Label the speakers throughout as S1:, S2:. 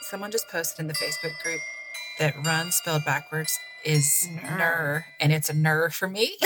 S1: someone just posted in the Facebook group that run spelled backwards is
S2: Ner.
S1: ner, and it's a ner for me.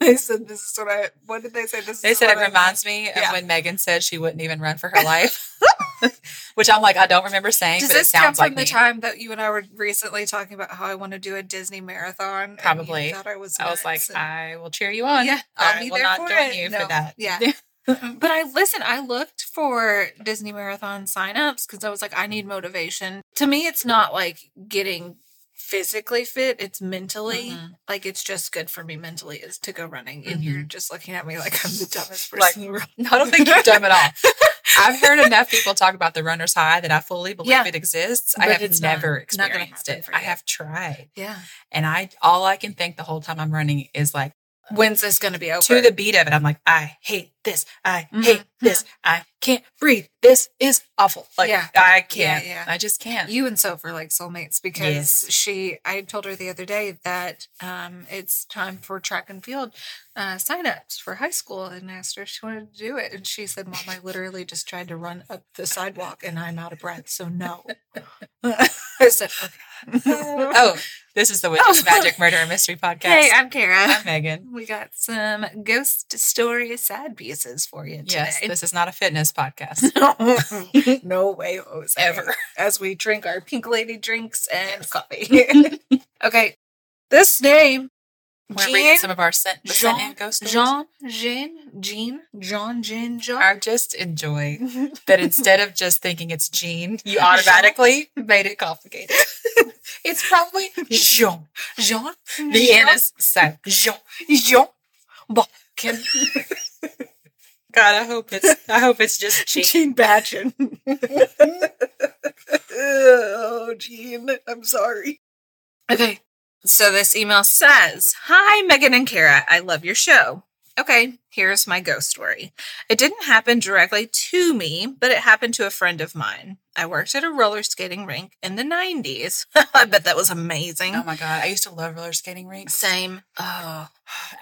S2: they said this is what I. What did they say? This
S1: They
S2: is
S1: said
S2: what
S1: it
S2: I-
S1: reminds me of
S2: Yeah.
S1: when Megan said she wouldn't even run for her life, which I'm like, I don't remember saying,
S2: Does
S1: but it
S2: this come
S1: sounds
S2: from
S1: like
S2: the
S1: me.
S2: time that you and I were recently talking about how I want to do a Disney marathon? and you
S1: Probably.
S2: thought I was.
S1: I was like,
S2: nuts and-
S1: I will cheer you on.
S2: yeah,
S1: I
S2: I'll be
S1: will
S2: there
S1: not
S2: for
S1: join
S2: it.
S1: you
S2: No,
S1: for that.
S2: Yeah. But I listen, I looked for Disney marathon signups because I was like, I need motivation. To me, it's not like getting physically fit, it's mentally.
S1: Mhm.
S2: Like it's just good for me mentally is to go running. And
S1: Mhm.
S2: you're just looking at me like I'm the dumbest person
S1: Like-
S2: in the world.
S1: No, I don't think you're dumb at all. I've heard enough people talk about the runner's high that I fully believe
S2: Yeah.
S1: it exists. I
S2: But
S1: have
S2: it's not-
S1: never
S2: not gonna
S1: experienced
S2: happen
S1: it.
S2: for
S1: I
S2: you.
S1: have tried.
S2: Yeah.
S1: And I all I can think the whole time I'm running is like
S2: When's this gonna be over?
S1: to the beat of it. I'm like, I hate this. I
S2: Mhm.
S1: hate this. I can't breathe. This is awful. Like
S2: Yeah.
S1: I can't.
S2: yeah.
S1: I just can't.
S2: you and Soph are like soulmates because
S1: Yes.
S2: she I told her the other day that um it's time for track and field uh signups for high school and asked her if she wanted to do it and she said mom I literally just tried to run up the sidewalk and I'm out of breath so no I said okay
S1: oh, this is the Witches
S2: Oh.
S1: Magic Murder and Mystery Podcast.
S2: hey I'm Kara
S1: I'm Megan.
S2: we got some ghost story sad pieces for you
S1: Yes,
S2: today
S1: this is not a fitness podcast.
S2: no way, Jose.
S1: Ever.
S2: As we drink our pink lady drinks and coffee. okay. This name,
S1: We're
S2: Jean-
S1: reading some of our scent, the scent
S2: Jean-
S1: and ghost stories.
S2: Jean, Jean, Jean, Jean, Jean, Jean.
S1: I just enjoy that instead of just thinking it's Jean, you automatically made it complicated. it's probably Jean.
S2: Jean,
S1: Vienna's scent. Jean.
S2: Jean, Balkan,
S1: God, I hope it's I hope it's just Jean.
S2: Jean Batchin. oh, Jean, I'm sorry. Okay. So this email says, Hi, Megan and Kara. I love your show. Okay, here's my ghost story. It didn't happen directly to me, but it happened to a friend of mine. I worked at a roller skating rink in the 90s. I bet that was amazing.
S1: Oh my god, I used to love roller skating rinks.
S2: Same. Oh,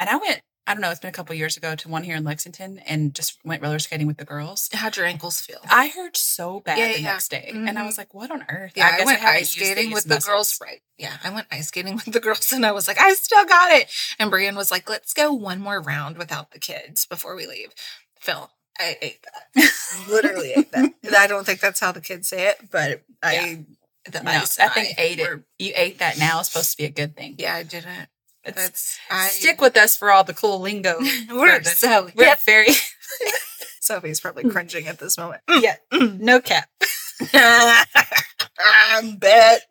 S1: And I went, I don't know, it's been a couple years ago to one here in Lexington and just went roller skating with the girls.
S2: how'd your ankles feel?
S1: I hurt so bad
S2: Yeah,
S1: the
S2: yeah.
S1: next day. And I
S2: Mhm.
S1: was like, what on earth?
S2: Yeah, I,
S1: guess
S2: went
S1: haven't
S2: ice
S1: used these
S2: skating with the
S1: muscles.
S2: girls. Right. Yeah, I went ice skating with the girls, and I was like, I still got it. And Brian was like, Let's go one more round without the kids before we leave. Phil, I ate that. Literally ate that. I don't think that's how the kids say it, but I. The
S1: No,
S2: ice
S1: I think
S2: I
S1: ate it.
S2: were-
S1: You ate that now is supposed to be a good thing.
S2: Yeah, I didn't.
S1: It's-
S2: That's I
S1: Stick with us for all the cool lingo.
S2: We're
S1: the-
S2: so
S1: We're
S2: yep.
S1: very
S2: Sophie's probably cringing at this moment.
S1: yeah, no cap.
S2: I bet.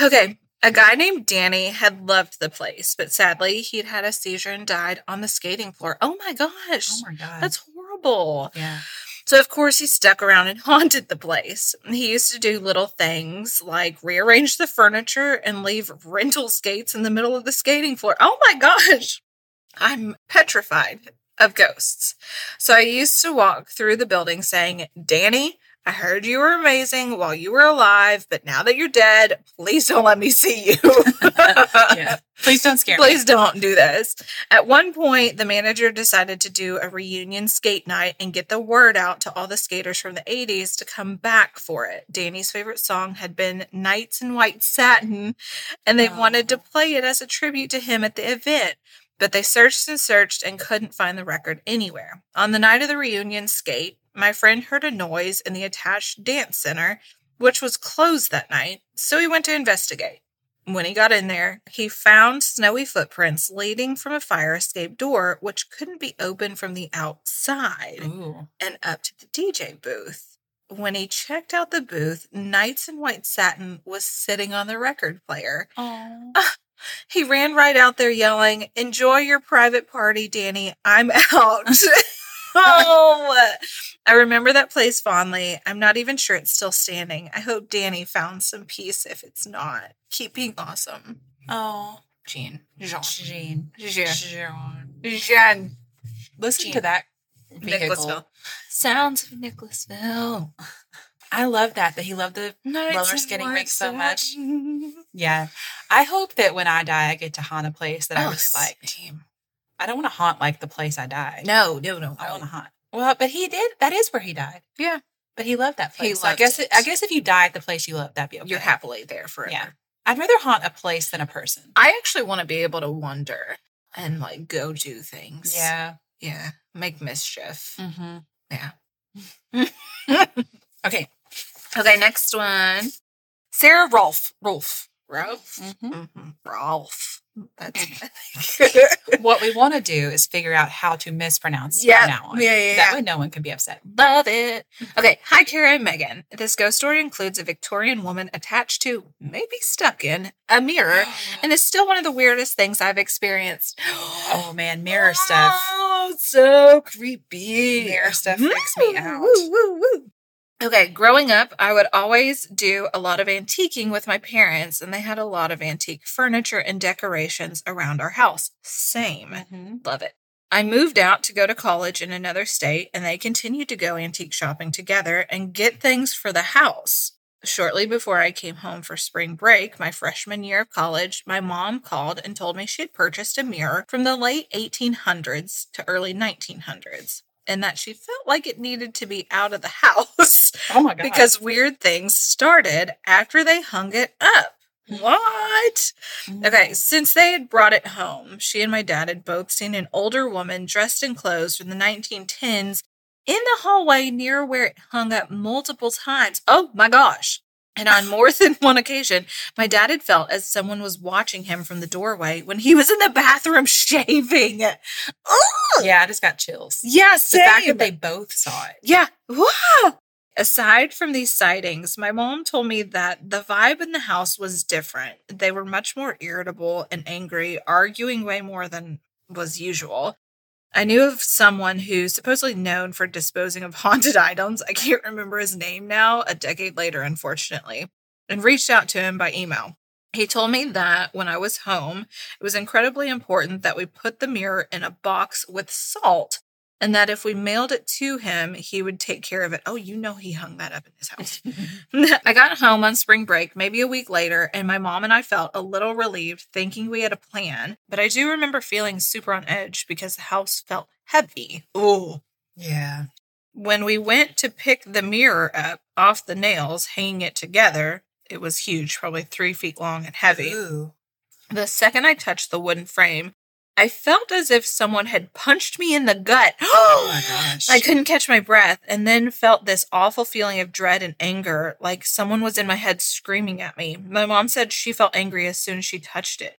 S2: okay. A guy named Danny had loved the place, but sadly, he'd had a seizure and died on the skating floor. Oh my gosh.
S1: my god,
S2: That's horrible.
S1: yeah.
S2: So, of course, he stuck around and haunted the place. He used to do little things like rearrange the furniture and leave rental skates in the middle of the skating floor. Oh my gosh, I'm petrified of ghosts. So, I used to walk through the building saying, Danny, I heard you were amazing while you were alive, but now that you're dead, please don't let me see you.
S1: yeah. Please don't scare me.
S2: Please don't do this. At one point, the manager decided to do a reunion skate night and get the word out to all the skaters from the 80s to come back for it. Danny's favorite song had been Nights in White Satin, and they
S1: Oh.
S2: wanted to play it as a tribute to him at the event. But they searched and searched and couldn't find the record anywhere. On the night of the reunion skate, my friend heard a noise in the attached dance center, which was closed that night, so he went to investigate. When he got in there, he found snowy footprints leading from a fire escape door, which couldn't be opened from the outside
S1: Ooh.
S2: and up to the DJ booth. When he checked out the booth, Knights in White Satin was sitting on the record player.
S1: Oh.
S2: He ran right out there yelling, Enjoy your private party, Danny. I'm out. oh, I remember that place fondly. I'm not even sure it's still standing. I hope Danny found some peace if it's not. Keep being awesome.
S1: Oh.
S2: Jean. Jean.
S1: Jean.
S2: Jean.
S1: Jean.
S2: Jean.
S1: Listen
S2: Jean.
S1: to that.
S2: Nicholasville.
S1: Vehicle.
S2: Sounds of Nicholasville.
S1: I love that that he loved the
S2: Roller
S1: skating rink so much. yeah. I hope that when I die I get to haunt a place that I
S2: Oh,
S1: really like. I don't want to haunt like the place I died.
S2: No, no, no.
S1: I want to haunt. Well, but he did. That is where he died.
S2: Yeah.
S1: But he loved that place.
S2: He
S1: So I
S2: loved
S1: guess
S2: it.
S1: I guess if you die at the place you love, that'd be okay.
S2: You're happily there forever.
S1: Yeah. I'd rather haunt a place than a person.
S2: I actually want to be able to wander and like go do things.
S1: Yeah.
S2: Yeah. Make mischief.
S1: Mm-hmm.
S2: Okay. Okay. Next one. Sarah Rolf. Rolf. Rolf.
S1: Mm-hmm.
S2: Mm-hmm. Mm. Rolf. That's
S1: what we want to do is figure out how to mispronounce
S2: Yeah.
S1: from now on.
S2: Yeah, yeah, Mm-hmm.
S1: That
S2: yeah.
S1: way no one can be upset.
S2: Love it. Okay. Hi, Kara and Megan. This ghost story includes a Victorian woman attached to, maybe stuck in, a mirror, and it's still one of the weirdest things I've experienced.
S1: oh man, mirror stuff.
S2: Oh, so creepy.
S1: Mirror stuff freaks me out.
S2: Woo, woo, woo. Okay, growing up, I would always do a lot of antiquing with my parents, and they had a lot of antique furniture and decorations around our house. Same.
S1: Mhm.
S2: Love it. I moved out to go to college in another state, and they continued to go antique shopping together and get things for the house. Shortly before I came home for spring break, my freshman year of college, my mom called and told me she had purchased a mirror from the late 1800s to early 1900s and that she felt like it needed to be out of the house
S1: Oh my god.
S2: because weird things started after they hung it up. What? Okay, since they had brought it home, she and my dad had both seen an older woman dressed in clothes from the 1910s in the hallway near where it hung up multiple times. Oh my gosh. And on more than one occasion, my dad had felt as someone was watching him from the doorway when he was in the bathroom shaving. Oh,
S1: Yeah, I just got chills.
S2: yeah,
S1: The fact
S2: same.
S1: that they both saw it.
S2: Yeah. Wow. Aside from these sightings, my mom told me that the vibe in the house was different. They were much more irritable and angry, arguing way more than was usual. I knew of someone who supposedly known for disposing of haunted items. I can't remember his name now, a decade later, unfortunately, and reached out to him by email. He told me that when I was home, it was incredibly important that we put the mirror in a box with salt and that if we mailed it to him, he would take care of it. Oh, you know, he hung that up in his house. I got home on spring break, maybe a week later, and my mom and I felt a little relieved thinking we had a plan. But I do remember feeling super on edge because the house felt heavy. Ooh.
S1: yeah.
S2: When we went to pick the mirror up off the nails, hanging it together, it was huge, probably three feet long and heavy.
S1: Ooh.
S2: The second I touched the wooden frame, I felt as if someone had punched me in the gut.
S1: Oh my gosh.
S2: I couldn't catch my breath and then felt this awful feeling of dread and anger, like someone was in my head screaming at me. My mom said she felt angry as soon as she touched it.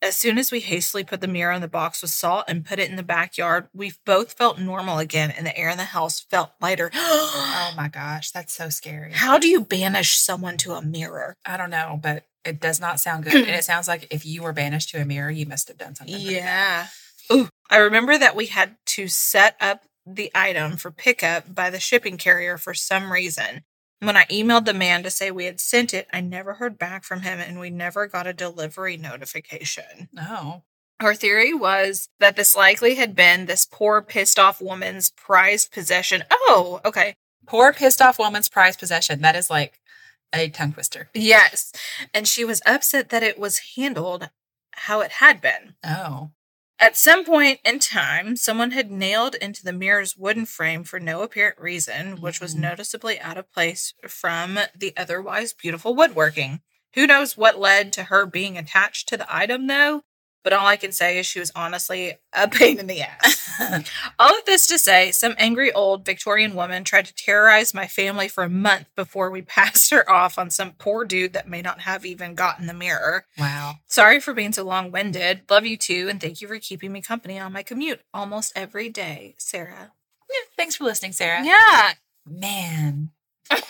S2: As soon as we hastily put the mirror in the box with salt and put it in the backyard, we both felt normal again and the air in the house felt lighter.
S1: Oh my gosh, that's so scary.
S2: How do you banish someone to a mirror?
S1: I don't know, but it does not sound good. and it sounds like if you were banished to a mirror, you must have done something. pretty
S2: Yeah. Ooh, I remember that we had to set up the item for pickup by the shipping carrier for some reason. When I emailed the man to say we had sent it, I never heard back from him and we never got a delivery notification.
S1: bad. No.
S2: Our theory was that this likely had been this poor, pissed off woman's prized possession. Oh, okay.
S1: Poor pissed off woman's prized possession. That is like a tongue twister.
S2: Yes. And she was upset that it was handled how it had been.
S1: Oh.
S2: At some point in time, someone had nailed into the mirror's wooden frame for no apparent reason, which was
S1: Mhm.
S2: noticeably out of place from the otherwise beautiful woodworking. Who knows what led to her being attached to the item, though? But all I can say is she was honestly a pain in the ass. all of this to say, some angry old Victorian woman tried to terrorize my family for a month before we passed her off on some poor dude that may not have even gotten the mirror.
S1: Wow.
S2: Sorry for being so long winded. Love you too, and thank you for keeping me company on my commute almost every day, Sarah.
S1: Yeah, thanks for listening, Sarah. Oh.
S2: Yeah.
S1: Man.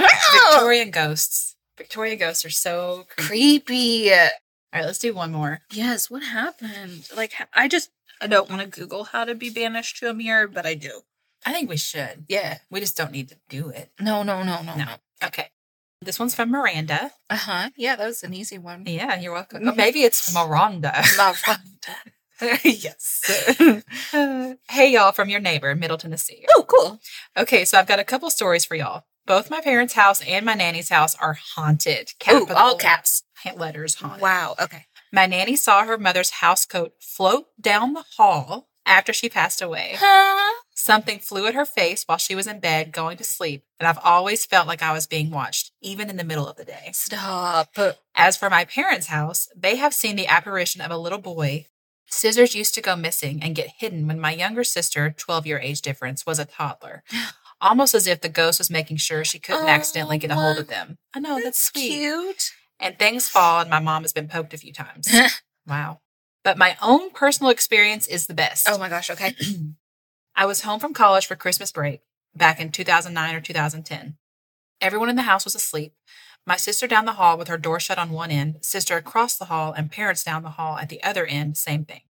S1: Victorian ghosts. Victorian ghosts are so creepy.
S2: creepy.
S1: All right, let's do one more.
S2: Yes, what happened? Like, h- I just, I don't want to Google how to be banished to a mirror, but I do.
S1: I think we should.
S2: Yeah.
S1: We just don't need to do it.
S2: No, no, no, no.
S1: No. Okay. This one's from Miranda.
S2: Uh huh. Yeah, that was an easy one.
S1: Yeah, you're welcome. Oh, maybe it's Miranda.
S2: Miranda. yes.
S1: hey, y'all, from your neighbor in Middle Tennessee.
S2: oh, cool.
S1: Okay, so I've got a couple stories for y'all. Both my parents' house and my nanny's house are haunted.
S2: Ooh,
S1: Capital
S2: all caps.
S1: Letters haunted.
S2: Wow. Okay.
S1: My nanny saw her mother's housecoat float down the hall after she passed away.
S2: Huh?
S1: Something flew at her face while she was in bed going to sleep, and I've always felt like I was being watched, even in the middle of the day.
S2: Stop. Oh,
S1: As for my parents' house, they have seen the apparition of a little boy. Scissors used to go missing and get hidden when my younger sister, 12 year age difference, was a toddler. Almost as if the ghost was making sure she couldn't
S2: Oh,
S1: accidentally get a hold
S2: my-
S1: of them. I know, that's, sweet.
S2: cute.
S1: And things fall, and my mom has been poked a few times. wow. But my own personal experience is the best.
S2: Oh my gosh. Okay.
S1: I was home from college for Christmas break back in 2009 or 2010. Everyone in the house was asleep. My sister down the hall with her door shut on one end, sister across the hall, and parents down the hall at the other end, same thing.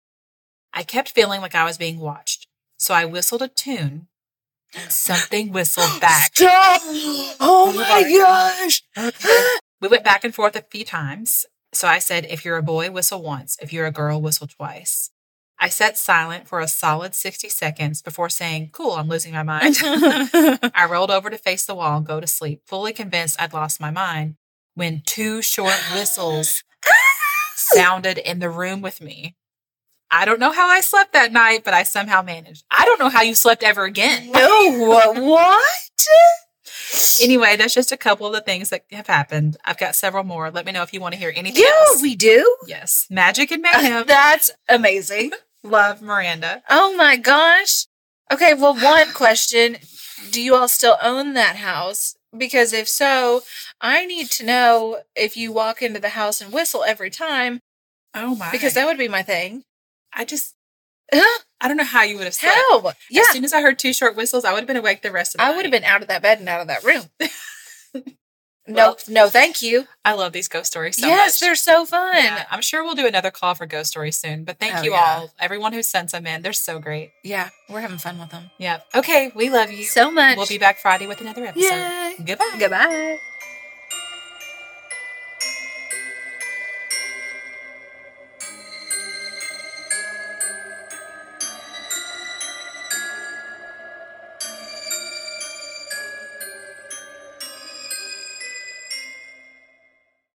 S1: I kept feeling like I was being watched, so I whistled a tune and something whistled back.
S2: Stop. Oh
S1: my
S2: gosh.
S1: We went back and forth a few times. So I said, if you're a boy, whistle once. If you're a girl, whistle twice. I sat silent for a solid 60 seconds before saying, cool, I'm losing my mind. I rolled over to face the wall and go to sleep, fully convinced I'd lost my mind when two short whistles sounded in the room with me. I don't know how I slept that night, but I somehow managed. I don't know how you slept ever again.
S2: no. What?
S1: Anyway, that's just a couple of the things that have happened. I've got several more. Let me know if you want to hear anything
S2: Yeah, Uh,
S1: else.
S2: we do.
S1: Yes. Magic and mayhem.
S2: That's amazing.
S1: Love Miranda.
S2: Oh my gosh. Okay, well, one question Do you all still own that house? Because if so, I need to know if you walk into the house and whistle every time,
S1: Oh my.
S2: because that would be my thing.
S1: I just,
S2: Huh?
S1: I don't know how you would have slept.
S2: How? Yeah,
S1: As soon as I heard two short whistles, I would have been awake the rest of the
S2: I would have
S1: night.
S2: been out of that bed and out of that room. no,
S1: Well-
S2: no, thank you.
S1: I love these ghost stories so
S2: yes,
S1: much.
S2: they're so fun.
S1: Yeah, I'm sure we'll do another call for ghost stories soon. But thank
S2: Oh,
S1: you
S2: yeah.
S1: all, everyone who sends them in. They're so great.
S2: Yeah, we're having fun with them
S1: Yeah. Okay, we love you.
S2: so much.
S1: we'll be back Friday with another episode.
S2: Yay.
S1: Goodbye.
S2: Goodbye.